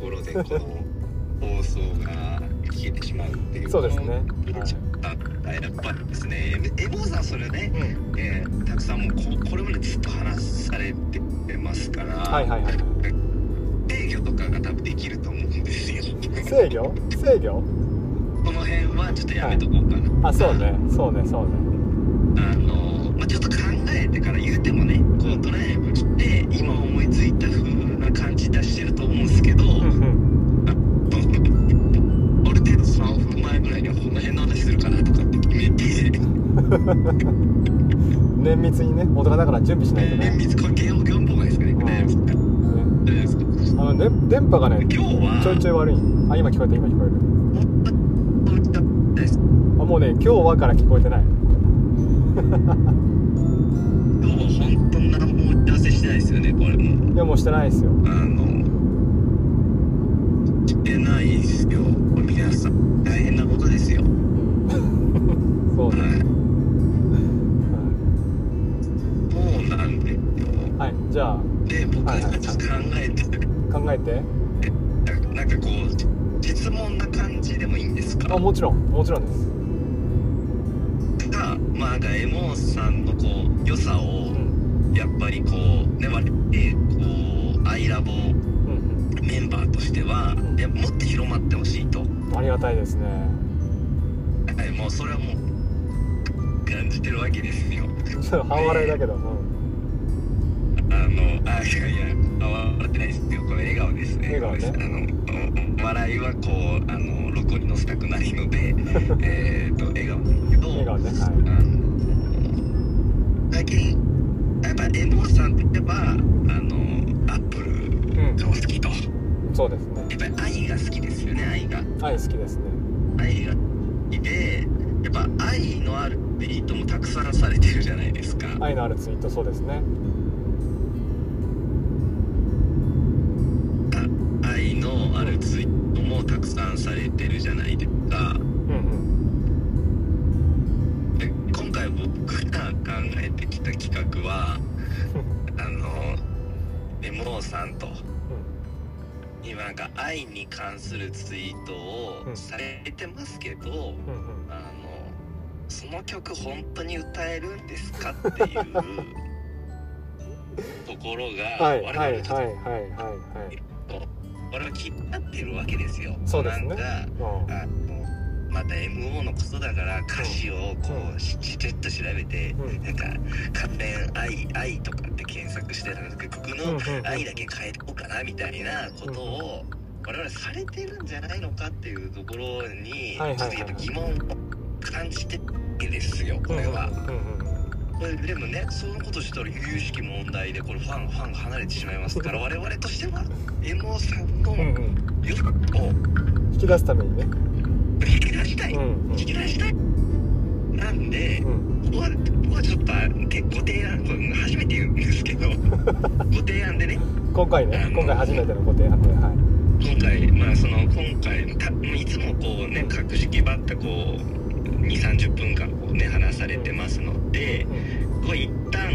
この放送が消えてしまうっていうそうですねこのちょっとあやっぱですねエエボーさんそれね、うんえーたくさんもうここれまでずっと話されてますから、はいはいはい制御とかが多分できると思うんですよ制御制御 この辺はちょっとやめとこうかな、あそうねそうねそうねあの、まあ、ちょっと考えてから言うてもねこうドライブ来て今思いついた風な感じ出してると思うんですけど、うんうんどうある程度3分前ぐらいにはこの辺の話するかなとかって決めて綿密にね大人だから準備しないとね綿密これ原本原本がですかね大丈夫ですかね大丈夫ですかあのね電波がね今日はちょいちょい悪いあ今聞こえた今聞こえるあもうね今日はから聞こえてない今日は本当に何も打ち合わせしてないですよねこれもういやもうしてないですよあのしてないですよこれ皆さん大変なことですよはそうね、いそうなんではい、はい、じゃあで僕がちょっと考えてる考えてなんかこう質問な感じでもいいんですかあもちろんもちろんですが、まあ、なんかエモンさんのこう良さうをんやっぱりこうね我々こうアイラボうんメンバーとしてはやっぱもっと広まってほしいと、うんありがたいですね はい、もうそれはもう感じてるわけですよちょっと半笑いだけど、うん、あのあいやいやあ笑ってないですよこれ笑顔ですね笑顔ねごめんなさいあのお笑いはこうあの録音に載せたくないので えっと笑顔ですけど笑顔ねはいあの最近やっぱエモーさんって言えばあのアップルがお好きと、そうですねやっぱり愛が好きですよね愛が愛好きですね愛が好きでやっぱ愛のあるツイートもたくさんされてるじゃないですか愛のあるツイートそうですね愛のあるツイートもたくさんされてるじゃないですかうんで今回僕が考えてきた企画 はあのエモーさんとう今なんか愛に関するツイートうをんされてますけど、んうんうんあのその曲本当に歌えるんですかっていうところうんが、 はい我は々いはいちょっはといはいはいこれを気になっているわけですよ。そうですねなんかうんあのまた MO のことだから歌詞をこう、うんししちょっと調べて、うんなんか「関連愛愛」とかって検索してたんですけど曲うんのうんう「ん愛」だけ変えとこうかなみたいなことを我々されてるんじゃないのかっていうところに、はいはいはいちょっとやっぱ疑問を感じてるわけですよこうんれは。うんうんこれでもねそのことしたら由々しき問題でこれファンファンが離れてしまいますから我々としては MO さんのうんうん良さを引き出すためにね引き出したい。うんうん引き出したいなんでうんここはここはちょっとてご提案これ初めて言うんですけ どご提案でね今回ね今回初めてのご提案ではい今回まあその今回たいつもこうね格式ばったこう2 3 0分間こうね話されてますのでうんこれ一旦あ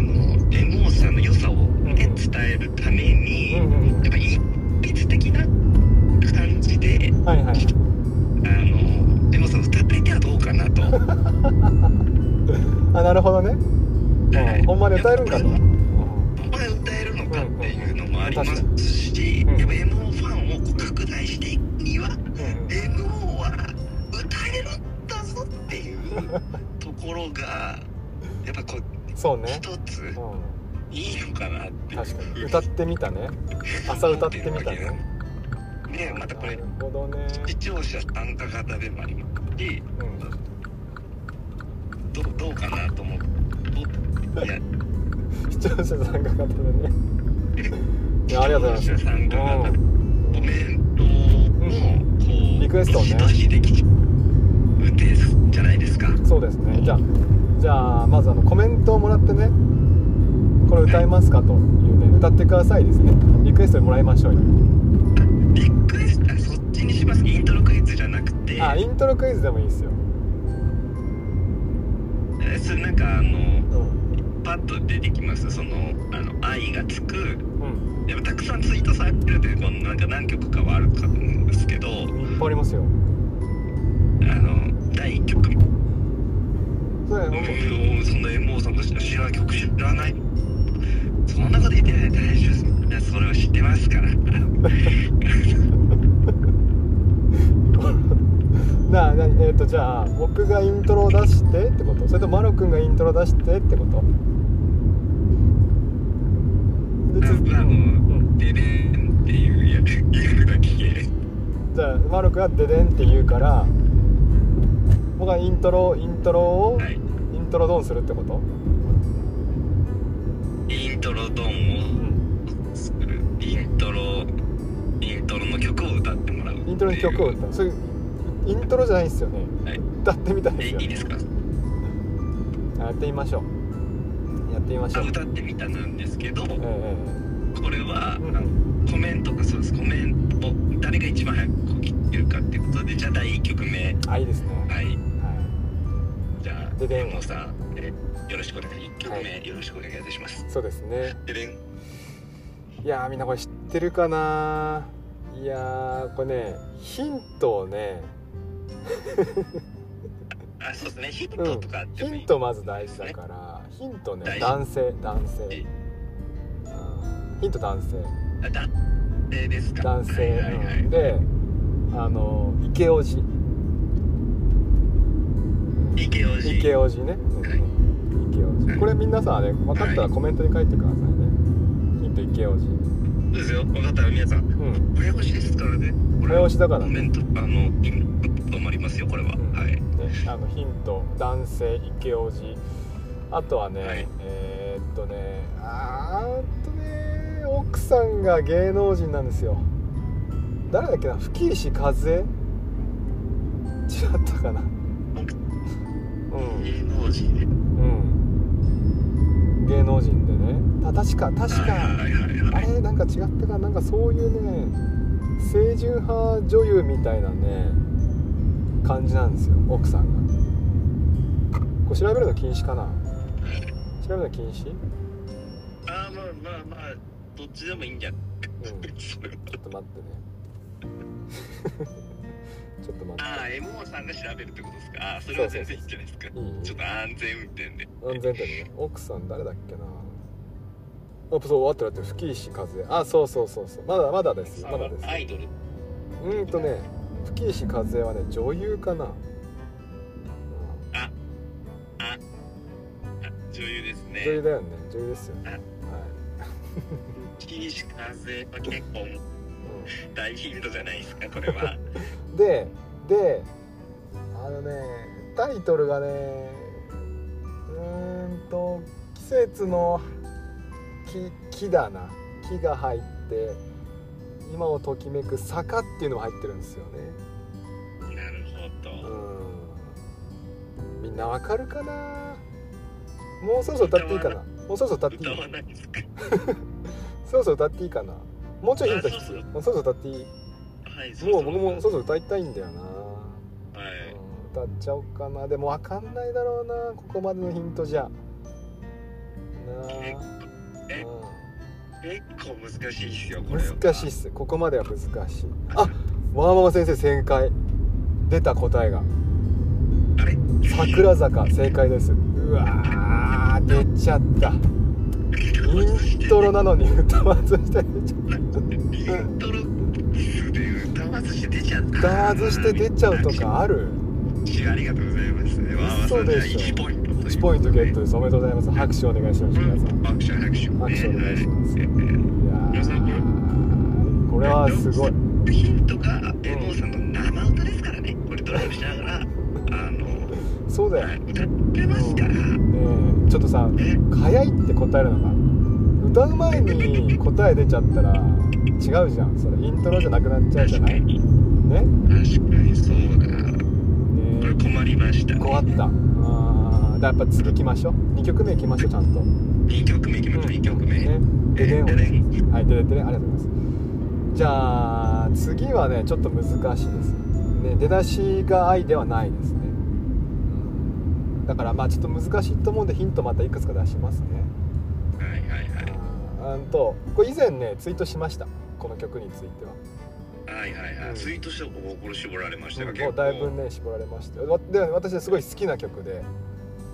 のエモーさんの良さを、ねう伝んえるためにうやんうんっぱ一筆的な感じでうんはいはいあのエモーさん歌っていてはどうかな と。あなるほどねうんほんまに歌えるんかとやっぱうんこれ歌えるのかっていうのもありますし、うんやっぱ MO ファンをこう拡大していくには、うん MO は歌えるんだぞっていうところが、やっぱこう、そうね一つういいのかなってんいう確かに歌ってみたね朝歌ってみたねね、またこなれる、ほどね視聴者参加型でもありますし、うんどうどうかなと思って。いや視聴者参加型でねいやありがとうございます視聴者参加型うんコメントもこう、リクエストをねどしどしできちゃうですじゃないですかそうですねじゃあじゃあまずあのコメントをもらってねこれ歌えますかというね歌ってくださいですねリクエストもらいましょうよリクエストあそっちにしますイントロクイズじゃなくてあイントロクイズでもいいですよ、えそれなんかあのうん、一般パッと出てきますそのあの愛がつくうんやっぱたくさんツイートされてるってこのなんか何曲かはあるかと思うんですけどいっぱいありますよあの第1曲それうんそんな MO さんが知らない曲知らないそんなこと言ってない大丈夫ですそれは知ってますからななえっ、とじゃあ僕がイントロを出してってことそれとマロ君がイントロ出してってことでつあうんの「デデン」っていうやつゲームが聞けるじゃあマロ君が「デデン」って言うから僕がイントロイントロを、はいイントロドンするってことイントロドうンをん作るイントロイントロの曲を歌ってもらうっていうイントロに曲を歌うそれイントロじゃないんですよねはい歌ってみたいでえすいよいねですかやってみましょうやってみましょう歌ってみたなんですけどえこえれはあええうんのコメントがそうですコメント誰が一番早くこう切ってるかっていうことでじゃあ第1曲目あいいですねはいはいじゃあ、ででんでもさ、えよろしくお願い、一曲目よろしくお願いいたします。そうですねででん、いやーみんなこれ知ってるかないやーこれねヒントをねあ、そうですね、ヒンうトんとかあってヒもいい。ントまず大事だからヒントね大事男性男え性うんヒント男性あ、だ、でですか。男性はいはいはういん。であの池オジ池王子。池オジねうんはい池オジこれみんなさあれ分かったらコメントに書いてくださいねヒント池オジそうですよ、分かったら皆さん。うん親推しですからね。これ親推しだからコねメント、あの、インプットもありますよ、これは。うんはい。ねあのヒント男性池オジあとはね、はいえーっとねあーっとね奥さんが芸能人なんですよ誰だっけな吹石和恵違ったかなう芸能人で。んうん芸能人でねた確か確はいかはいはいあはい。れなんか違ったかなんかそういうね清純派女優みたいなね感じなんですよ奥さんがこれ調べるの禁止かな調べるの禁止、うん、あー、まあまあまあ、どっちでもいいんじゃない。ちょっそれはと待ってね ちょっと待っああ、エモーさんが調べるってことですか。ああ、それは全然いいんじゃないですか。そうそうそうちょっと安全運転で。て安全点ね奥さん誰だっけなあそう終わってる終わってる吹石和恵あそうそうそうそうまだまだですまだですアイドル。うーんとね吹石和恵はね女優かな、うん女優ですね。女優だよね女優ですよねあはい、岸士風は結構大ヒントじゃないですか、これ は。うん、でであのねタイトルがねうーんと季節の木木だな木が入って今をときめく坂っていうのも入ってるんですよねなるほど。うんみんなわかるかなもうそろそろ歌っていいかなもうそろそろ歌って歌いいわないですか。そろそろ歌っていいかなもうちょいヒント必要あもうそろそろ歌っていいはい、もう僕もそそうそう歌いたいんだよな、う。はうい。ん歌っちゃおうかなでも分かんないだろうなここまでのヒントじゃなえあ、え結構難しいですよ、これうは。ん難しいっすここまでは難しいあわーママ先生正解出た答えがあれ桜坂正解ですうわー出ちゃったイントロなのに 歌わずして出ちゃイっントロで歌わずして出ちゃった。た歌わずして出ちゃうとかあるありがとうございます。嘘でしょ1ポイントということで。 1ポイントゲットですおめでとうございます拍手お願いします皆さんアクション、アクション。拍手お願いしますえーいやーこれはすごいヒントがエモーさんの生歌ですからね、これドライブしながら、あの、そうだよ、ね歌ってますから、えちょっとさえ早いって答えるのが歌う前に答え出ちゃったら違うじゃんそれイントロじゃなくなっちゃうじ確ゃなかいねに、ね確かにそうだな。これ困りました、困ったあーだからやっぱ次行きましょう2曲目行きましょうちゃんと2曲目いきましょう、2曲目。ねででんをででんはいででででん ありがとうございますじゃあ次はねちょっと難しいですね出だしが愛ではないですねだからまあちょっと難しいと思うんでヒントまたいくつか出しますねはいはいはいあーうんとこれ以前ねツイートしましたこの曲についてははいはいはい、うんツイートしてお心絞られましたが、うん結もう構だいぶね絞られましたよわで私はすごい好きな曲で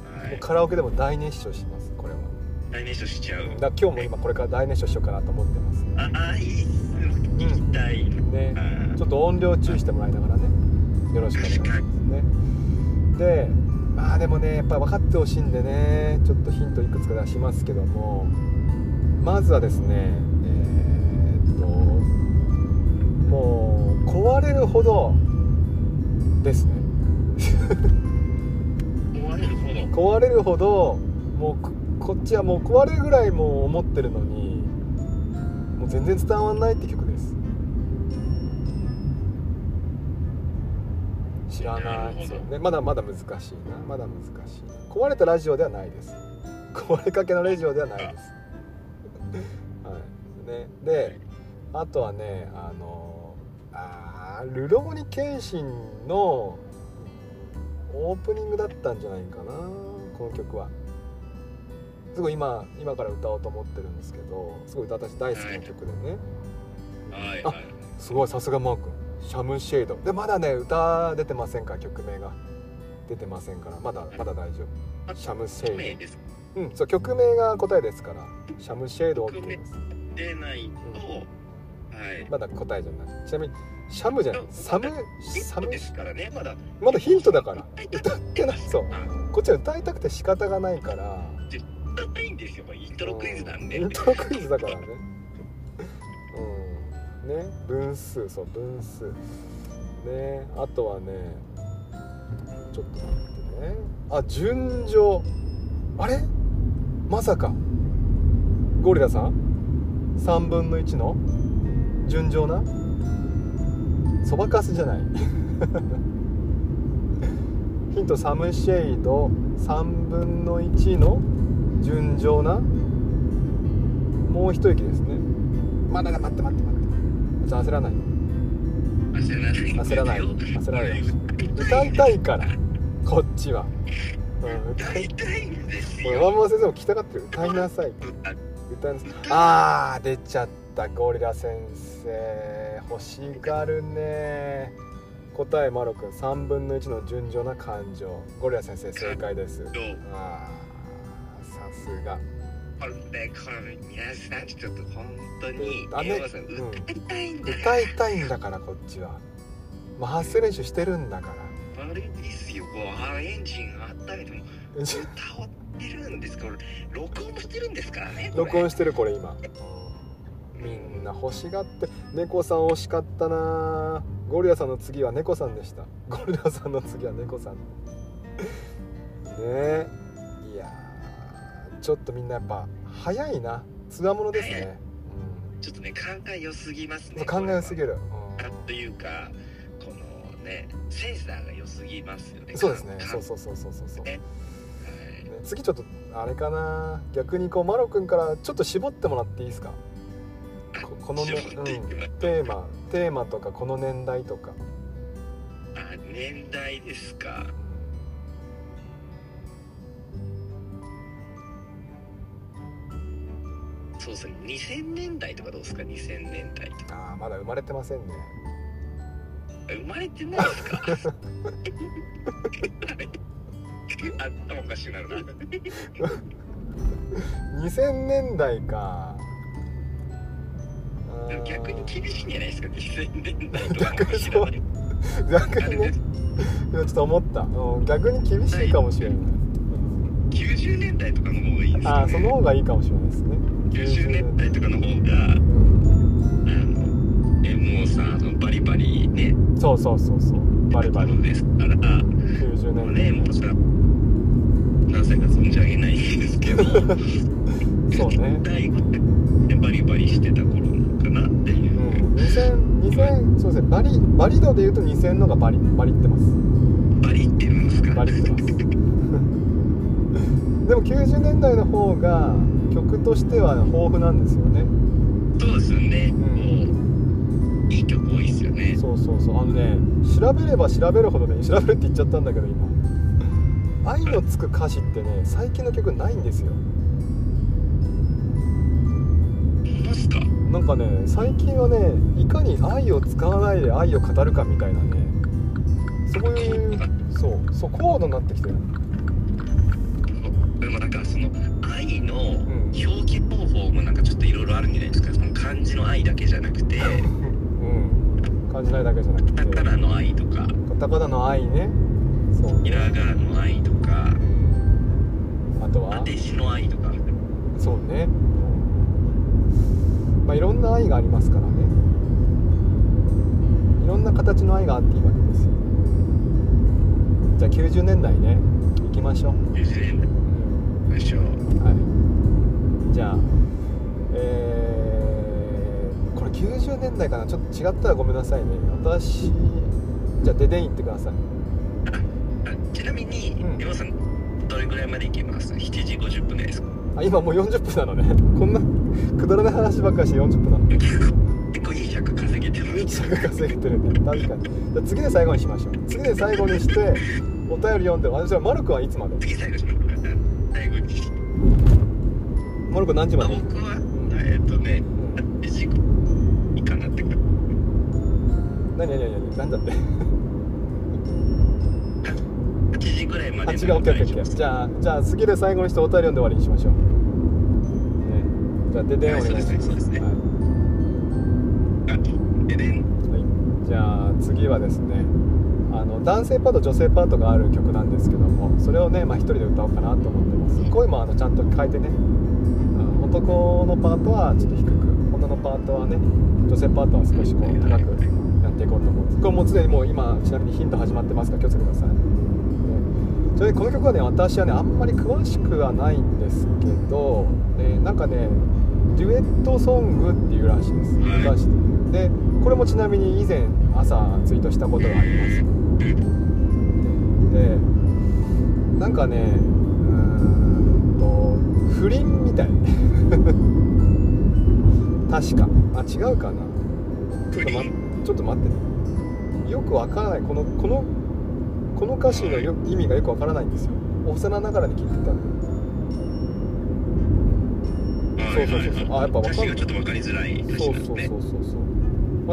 はもういカラオケでも大熱唱しますこれは大熱唱しちゃう、うんだから今日も今これから大熱唱しようかなと思ってますああいいっす聞きたい、ねあーちょっと音量注意してもらいながらねよろしくお願いしますねでまあでもねやっぱ分かってほしいんでねちょっとヒントいくつか出しますけどもまずはですねえーっともう壊れるほどですね壊れるほど壊れるほどもうここっちはもう壊れるぐらいもう思ってるのにもう全然伝わんないって曲です知らななるほいどですよねまだまだ難しいなまだ難しい壊れたラジオではないです壊れかけのラジオではない ですはいねであとはねあのあールローニケンシンのオープニングだったんじゃないかなこの曲はすごい今今から歌おうと思ってるんですけどすごい私大好きな曲でねはいあはいすごいさすがマー君シャムシェードでまだね歌出てませんから曲名が出てませんからまだまだ大丈夫シャムシェ名ーですドうんそう曲名が答えですからシャムシェードって言うんです出ないと、はいまだ答えじゃないちなみにシャムじゃないサムササムムですからねまだまだヒントだ から歌ってないそうあこっちは歌いたくて仕方がないから歌っていいんですよこれイントロクイズなんでイントロクイズだからねうんね分数そう分数ねあとはねちょっと待ってねあ順序あれまさかゴリラさん3分の1の純情なそばかすじゃない ヒントサムシェイド3分の1の純情なもう一息ですねまだだ待って待って待ってじゃあ焦らない焦らない焦らない焦らない歌歌いいたたいいからこっちは、うん、歌歌いいたいんですこれよワンマン先生も聞きたがってる歌いなさい歌歌いなさいあー出ちゃったゴリラ先生欲しがるね答えマロ君3分の1の純情な感情ゴリラ先生正解でどすうあーさすがこれこれ皆さんちょっと本当にダメ山さんうん歌いたいんだから歌いたいんだからこっちは、まあ、発声練習してるんだからあれですよ、こうあのエンジンが温めても歌ってるんですか、これ録音してるんですからね。これ録音してるこれ今みんな欲しがって猫さん惜しかったなゴリラさんの次は猫さんでしたゴリラさんの次は猫さんねえいやーちょっとみんなやっぱ早いなつわものですね、ちょっとね、考え良すぎますうね。ん、考えすぎる。る、というか、このね、センサーが良すぎますようね。ん、そうですねかそうそうそうそうそうそうねね次ちょっとあれかな逆にこうマロ君からちょっと絞ってもらっていいですかここのね、絞っうてん、テいきますーマテーマとかこの年代とか、はいあ、年代ですか。そうですね、2000年代とかどうですか、2000年代とか。ああまだ生まれてませんね生まれてないですか あ頭おかしくなるな。 2000年代かあー逆に厳しいんじゃないですか2000年代とかも知らない逆にねいやちょっと思った、うん逆に厳しいかもしれない、 90年代とかの方がいいですあか、あそねの、方がいいかもしれないですね90年代とかの方があうんのえもうさあのバリバリねそうそうそうそうバリバリですからも90うね年代もうさ何歳か存じ上げないです けどそうね大学でバリバリしてた頃かなっていうう、ん2000 2000そうですねバリバリ度で言うと2000のがバリバリってますバリって言うんですかバリってますでも90年代の方が曲としては豊富なんですよねそうですよね、んもういい曲多いですよねそうそうそうあのね調べれば調べるほどね調べるって言っちゃったんだけど今愛のつく歌詞ってね最近の曲ないんですよますかなんかね最近はねいかに愛を使わないで愛を語るかみたいなねそういうそうそう高度になってきてるでもなんかその愛の表記方法もなんかちょっといろいろあるんじゃないですかその漢字の愛だけじゃなくてうん感じないだけじゃなくカタてカナの愛とかカタカナの愛ねそうひらがなの愛とかうんあと当はて字の愛とかそうねまあいろんな愛がありますからねいろんな形の愛があっていいわけですよじゃあ90年代ね行きましょう、全部でしょはい、じゃあえー、これ90年代かなちょっと違ったらごめんなさいね私じゃあデデインってくださいあちなみにうん山さんどれぐらいまで行きます ?7 時50分ぐらいですかあ今もう40分なのねこんなくだらない話ばっかりして40分なの結構結構いい尺稼げて ま一す尺稼げてるね確かにじゃあ次で最後にしましょう次で最後にしてお便り読んで私はマルコはいつまで次最後します最後にマルコ何時ままあで、僕はえっ、とねうん、 8時いいかなってくる何何何何何だって8時ぐらいまあで違う OKOK じゃあじゃあ次で最後にしてお便り読んで終わりにしましょう、ね、じゃあデデンお願いしますそうですねそうですねはいあででじゃあ次はですねあの男性パート女性パートがある曲なんですけどもそれをね、まあ、一人で歌おうかなと思ってます声もあのちゃんと変えてねうん男のパートはちょっと低く女のパートはね女性パートは少しこう高くやっていこうと思うんですこれもうすでにもう今ちなみにヒント始まってますから気をつけてください、ねそれでこの曲はね私はねあんまり詳しくはないんですけど、ね、なんかねデュエットソングっていうらしいですはい昔でこれもちなみに以前朝ツイートしたことがありますでなんかねうーんと不倫みたい 確かあ違うかなちょっと、ま、ちょっと待ってねよくわからないこのこのこの歌詞のよ意味がよくわからないんですよ幼ながらに聞いてたんでそうそうそうそうあやっぱわかんな歌詞いがちょっとわかりづらい歌詞そうなんですそうねそうそうそう、ま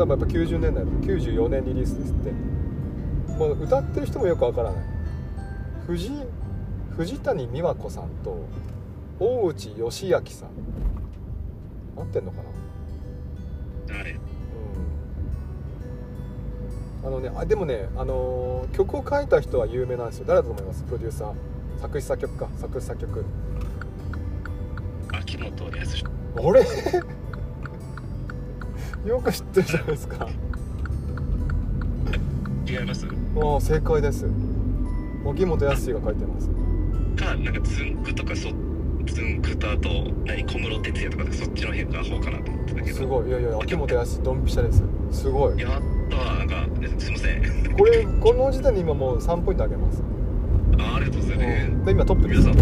あ、でもやっぱ90年代94年リリースですって、まあ、歌ってる人もよくわからない藤井藤谷美和子さんと大内義明さん合ってんのかなはいうんあのねあでもね、あのー曲を書いた人は有名なんですよ誰だと思いますプロデューサー作詞作曲か作詞作曲秋元康あれ よく知ってるじゃないですか違いますああ正解です荻本康が書いてますかなんかつんくとかそつんくとあと何小室哲哉とかそっちの辺が方かなと思ってたけどすごいいやいや秋元康ドンピシャですすごいやったーなんかすいませんこれこの時点で今もう3ポイントあげます、あありがとうございます、で今トップで皆さすん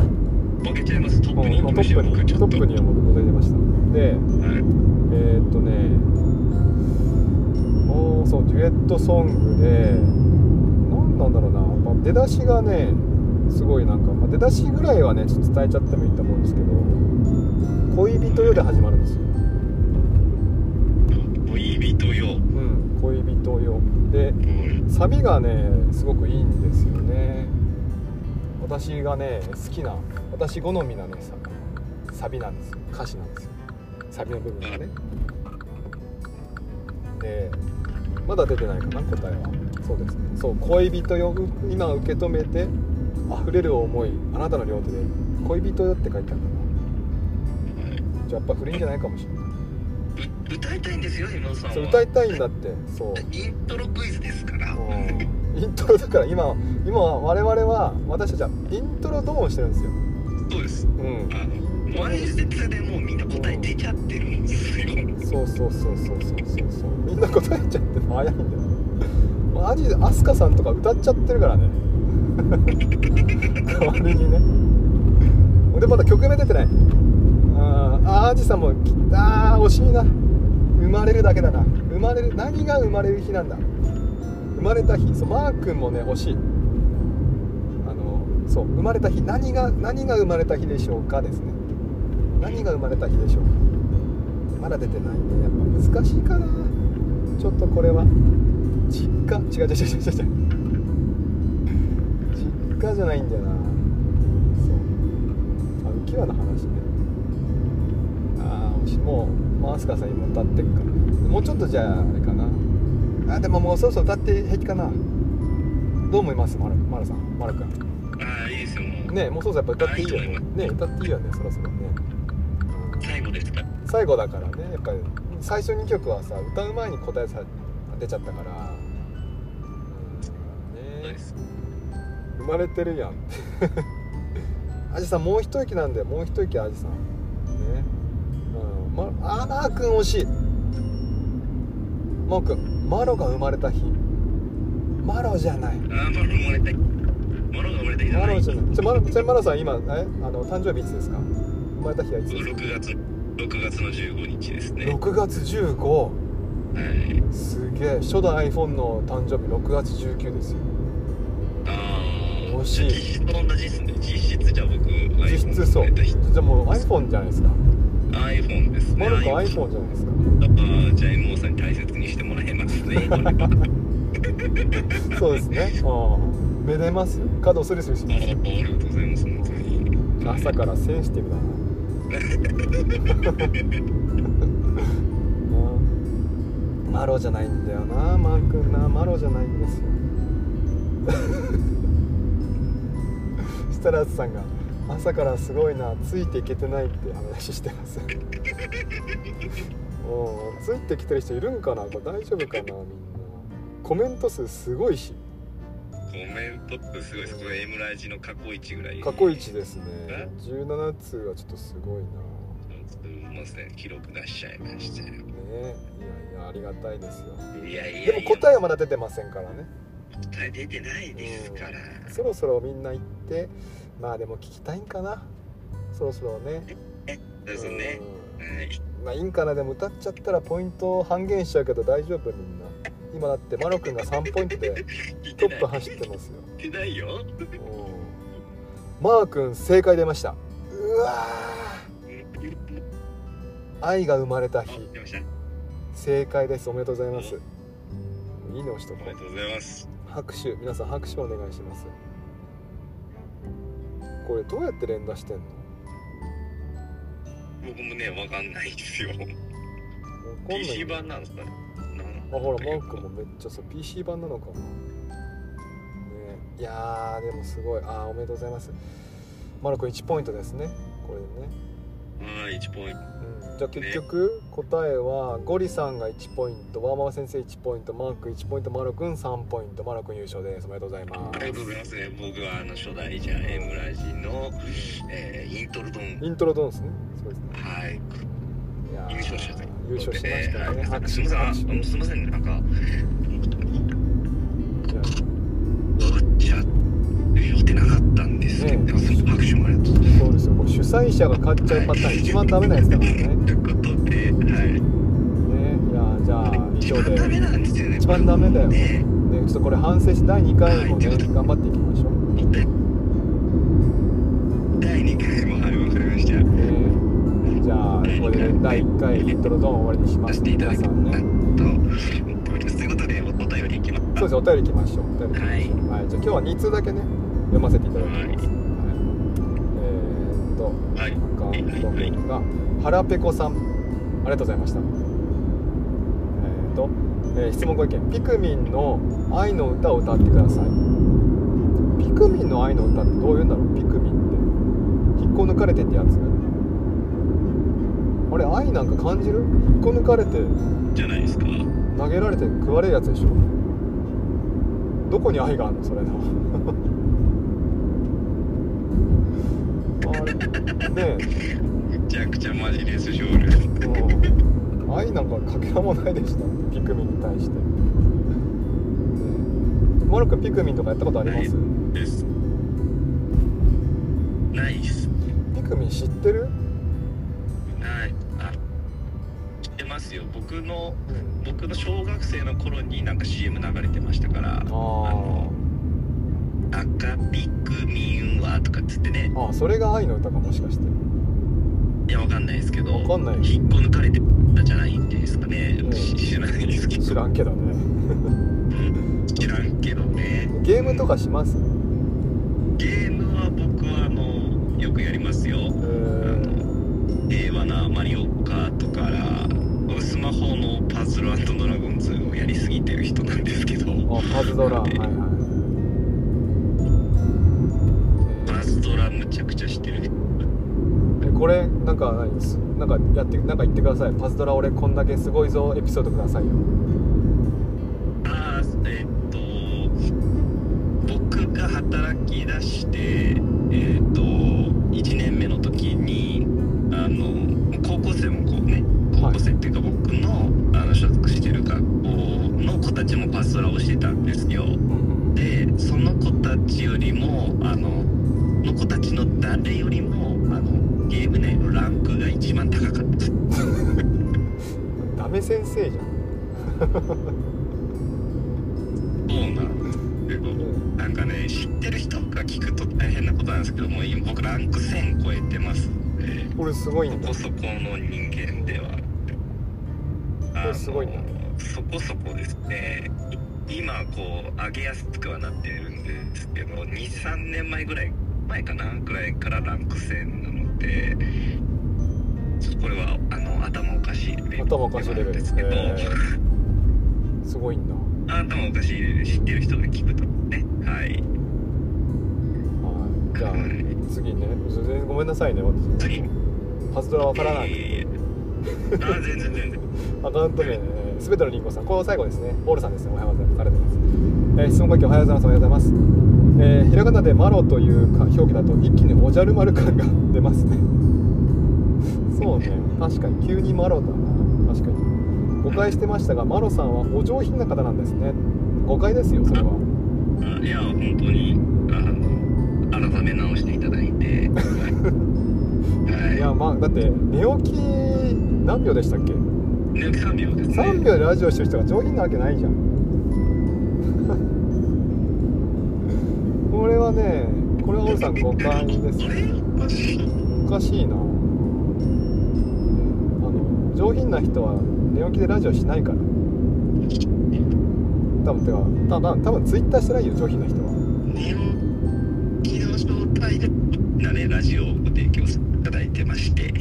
ボケちゃいますトップに行今きましトッょうプにちょトっとップには戻りましたではいえーっとねおーそうデュエットソングで何なんだろうな、まあ、出だしがねすごいなんか、まあ、出だしぐらいはねちょっと伝えちゃってもいいと思うんですけど「恋人よ」で始まるんですよ恋人よ「うん、恋人よ」でうんサビがねすごくいいんですよね私がね好きな私好みなねササビなんですよ歌詞なんですよサビの部分がねでまだ出てないかな答えはそうですねそう恋人よう今受け止めて溢れる思いあなたの両手で恋人よって書いてあるからじゃあやっぱ不倫じゃないかもしれうな歌いたいんですよ今田さんいはそれ歌いたいんだってそうイントロクイズですからイントロだから今今は我々は私たちはイントロドーンしてるんですよ、そうですうあの前説でもうみんな答え出ちゃってるんですよん、そうそうそうそうそうそうそうみんな答えちゃって早いんだよマジでアスカさんとか歌っちゃってるからね 代わりにねでまだ曲名出てないあーあーアジさんもきあー惜しいな生まれるだけだな生まれる何が生まれる日なんだ生まれた日そうマー君もね惜しいあのそう生まれた日何が何が生まれた日でしょうかですね何が生まれた日でしょうかまだ出てないんでやっぱ難しいかなちょっとこれは実家違う違う違う違う違う実家じゃないんだよなそうあ浮き輪の話ねああしもうもう飛鳥さん今歌ってっからもうちょっとじゃああれかなあでももうそろそろ歌って平気かなどう思いますマラマラさんマラ君ああいいですよもう、ねえもうそうそうやっぱ歌っていいよはいねそうねえ歌っていいよねそろそろね最後ですか最後だからねやっぱり最初2曲はさ歌う前に答えさ出ちゃったからうんそうねです生まれてるやん アジさんもう一息なんだよもう一息アジさんねうんまあマー君惜しいマー君マロが生まれた日マロじゃないああマロ生まれたマロが生まれた日じゃマないロじゃないちょマロちなみにマロさん今えあの誕生日いつですか生まれた日はいつですか6月6月の15日ですね6月15はいすげえ初代 iPhone の誕生日6月19ですよああ惜しい実質と同じですね実質じゃあ僕実 iPhone 質生そうまれた日じゃあもう iPhone じゃないですか iPhone ですねマロ君 iPhone じゃないですかあーじゃあ MO さんに大切にしてもらえますねこれはそうですねうんめでますよ角スリスリしあますよーありがとうございます本当に朝からセンシティブだなうんマロじゃないんだよなマー君なマロじゃないんですよ 設楽さんが朝からすごいなついていけてないって話してますおついてきてる人いるんかなこれ大丈夫かなみんなコメント数すごいしコメントってすごいですこれ M ラジの過去一ぐらい過去一ですねえ17通はちょっとすごいなすみません記録出しちゃいましたよねいやいやありがたいですよいやいやいやでも答えはまだ出てませんからね答え出てないですからそろそろみんな行ってまあでも聞きたいんかなそろそろねですねはいうんまあいいんかなでも歌っちゃったらポイント半減しちゃうけど大丈夫みんな今だってマロ君が3ポイントで聞いトてなッいプ走ってますよ聞いてないようんマー君正解出ましたうわー愛が生まれたあ日出ました正解ですおめでとうございますいいね押しとおこめうでとうございます拍手皆さん拍手をお願いしますこれどうやって連打してんの僕もねわかんないですよわかんない PC 版なんですかねなんあほらマークもめっちゃそう PC 版なのかなねいやーでもすごいあーおめでとうございますマルコ1ポイントですねこれでね、はい1ポイントうん、じゃあ結局答えはゴリさんが1ポイントワーママ先生1ポイントマーク1ポイントマロくん3ポイントマロくん優勝ですおめでとうございまありがとうございますね僕はあの初代じゃあ M ラジの、すえーイントロドンイントロドンですねそうですねはいいやー優勝しました優勝しましたねで拍す手みませんあ拍手あのすみませんなんかじゃあじゃ酔ってなかったんですけど、ねでもその拍手もありがとうそうですよこれ主催者が買っちゃうパターン一番ダメなやつだからねねということで、はい、いやじゃあ以一上番でダメねなんですよね一番ダメだよねちょっとこれ反省して第2回もね頑張っていきましょう、第2回もはいわかりましたね、じゃあこれで第1回イントロドン終わりにしま出すしていただ皆きさたんいねと思いますということでおお便りいきますそうですお便りいきましょうお便りいきましょう、はい、じゃあ今日は2通だけね読ませていただきます、はいはいえー、っとはいアカウント名が腹ペコさんありがとうございましたえっ、と、えー質問ご意見ピクミンの愛の歌を歌ってくださいピクミンの愛の歌ってどういうんだろうピクミンって引っこ抜かれてってやつあれ愛なんか感じる引っこ抜かれてじゃないですか投げられて食われるやつでしょどこに愛があるのそれの あれねえめちゃくちゃマジレスショールうん愛なんかかけらもないでしたピクミンに対して、ねマル君ピクミンとかやったことありますですないっすピクミン知ってる、ないあ知ってますよ僕の僕の小学生の頃になんか CM 流れてましたからああ赤ピクミンはわーとかっつってねあそれが愛の歌かもしかしていやわかんないですけどわかんないよ引っこ抜かれてたじゃないんですかね、うんし知らないですけど知らんけどね知らんけどねゲームとかしますゲームは僕はあのよくやりますよえー平和なマリオカートからスマホのパズルドラゴンズをやりすぎてる人なんですけどあパズドラはいはいパズドラむちゃくちゃしてるえーこれなんか何すなんかやってなんか言ってくださいパズドラ俺こんだけすごいぞエピソードくださいよあーえっと僕が働き出してえっと1年目の時にあの高校生もこうね高校生っていうか僕のあの所属してる学校の子たちもパズドラをしてたんですようんでその子たちよりもあのの子たちの誰よりもあのゲーム内のランクが一番高かったですうんダメ先生じゃんそうなんですけどなんかね知ってる人が聞くと大変なことなんですけども今僕ランク1000超えてますんでこれすごいそんだこそこの人間ではあこのれすごいなそこそこですねい今こう上げやすくはなってるんですけど23年前ぐらい前かなぐらいからランク戦なのでちょっとこれはあの頭おかしいレベル頭おかしいレベルですけど、えーすごいんだ頭おかしいレベル知ってる人が聞くとねはいはいじゃあ次ね全然ごめんなさいね私次パズドラわからないええあ全然全然アカウント名すべてのりんごさんこの最後ですねオールさんですねおはようございますありがとうございます、えー質問書きおはようございますおはようございますえーひらがなで「マロ」というか表記だと一気におじゃる丸感が出ますね そうね確かに急に「マロ」だな確かに誤解してましたがマロさんはお上品な方なんですね誤解ですよそれはあいや本当にあの改め直していただいてはいいはやまあだって寝起き何秒でしたっけいで3秒ですね3秒でラジオしてる人が上品なわけないじゃん これはねこれはオルさん誤解ですあれおかしいおかしいなうんあの上品な人は寝起きでラジオしないから多分てか多分多分ツイッターしてないよ上品な人は寝起きの状態でなねラジオをご提供いただいてまして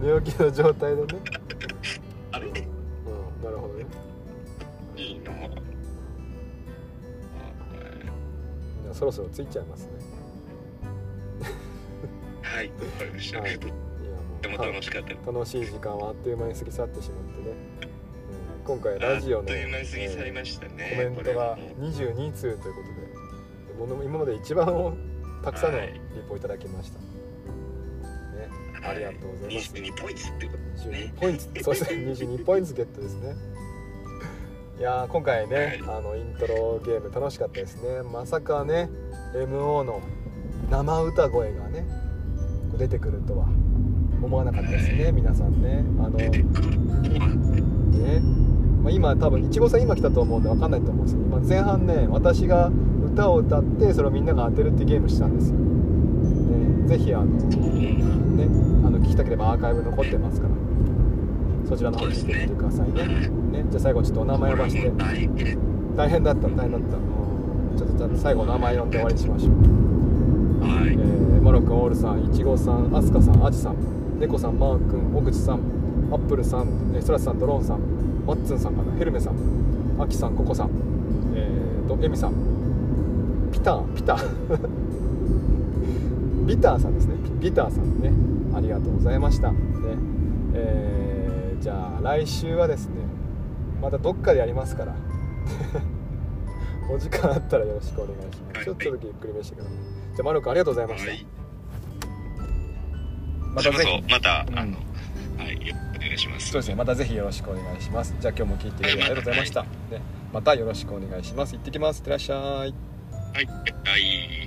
寝起きの状態でね、あれうん、なるほどねいいなあじゃあそろそろついちゃいますねはいわかりましたはいいやでももう楽しかったです楽しい時間はあっという間に過ぎ去ってしまってね、うん、今回ラジオあっの、という間に過ぎ去りましたねえーコメンこトがれはもう22通ということでもの今まで一番をたくさんのはリいポいただきました、ね、ありがとうございます22ポイントってことですね22ポイン トそうですね22ポイントゲットですねいやー今回ね、あのイントロゲーム楽しかったですねまさかね MO の生歌声がねこう出てくるとは思わなかったですね、はい皆さんねあの出てくるもあってね、まあ、今多分いちごさん今来たと思うんで分かんないと思うんですけど、まあ、前半ね私が歌を歌ってそれをみんなが当てるっていうゲームしたんですよ、ね、ぜひあの、ね、うんあの聞きたければアーカイブ残ってますからそちらの方にしてみてくださいねねじゃあ最後ちょっとお名前呼ばしてはいえ大変だった大変だったちょっとじゃあ最後お名前呼んで終わりにしましょうはえいーマロ君オールさんいちごさんアスカさんアジさん猫さんマー君奥地さんアップルさんえーソラスさんドローンさんマッツンさんかなヘルメさんアキさんココさんえー、とエミさんピターピター ビターさんですねビビターさんねありがとうございましたねえーじゃあ来週はですねまたどっかでやりますから お時間あったらよろしくお願いしますちょっとだけゆっくりめでしたけどじゃあマロ君ありがとうございました、はいまそたれこぜひそまたうんあのはいお願いしますそうですねまたぜひよろしくお願いしますじゃあ今日も聞いていただきありがとうございました、ね、またよろしくお願いします行ってきますいってらっしゃいはいはい